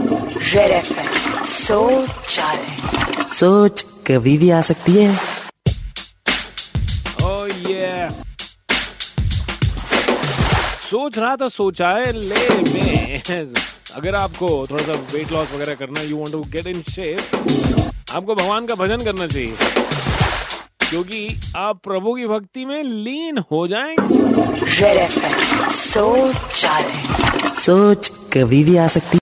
Red F M सोच सोच कभी भी आ सकती है Oh yeah. सोच रहा था शौचालय में अगर आपको थोड़ा सा वेट लॉस वगैरह करना you want to get in shape आपको भगवान का भजन करना चाहिए क्योंकि आप प्रभु की भक्ति में लीन हो जाएंगे रेड एफ एम सोच सोच कभी भी आ सकती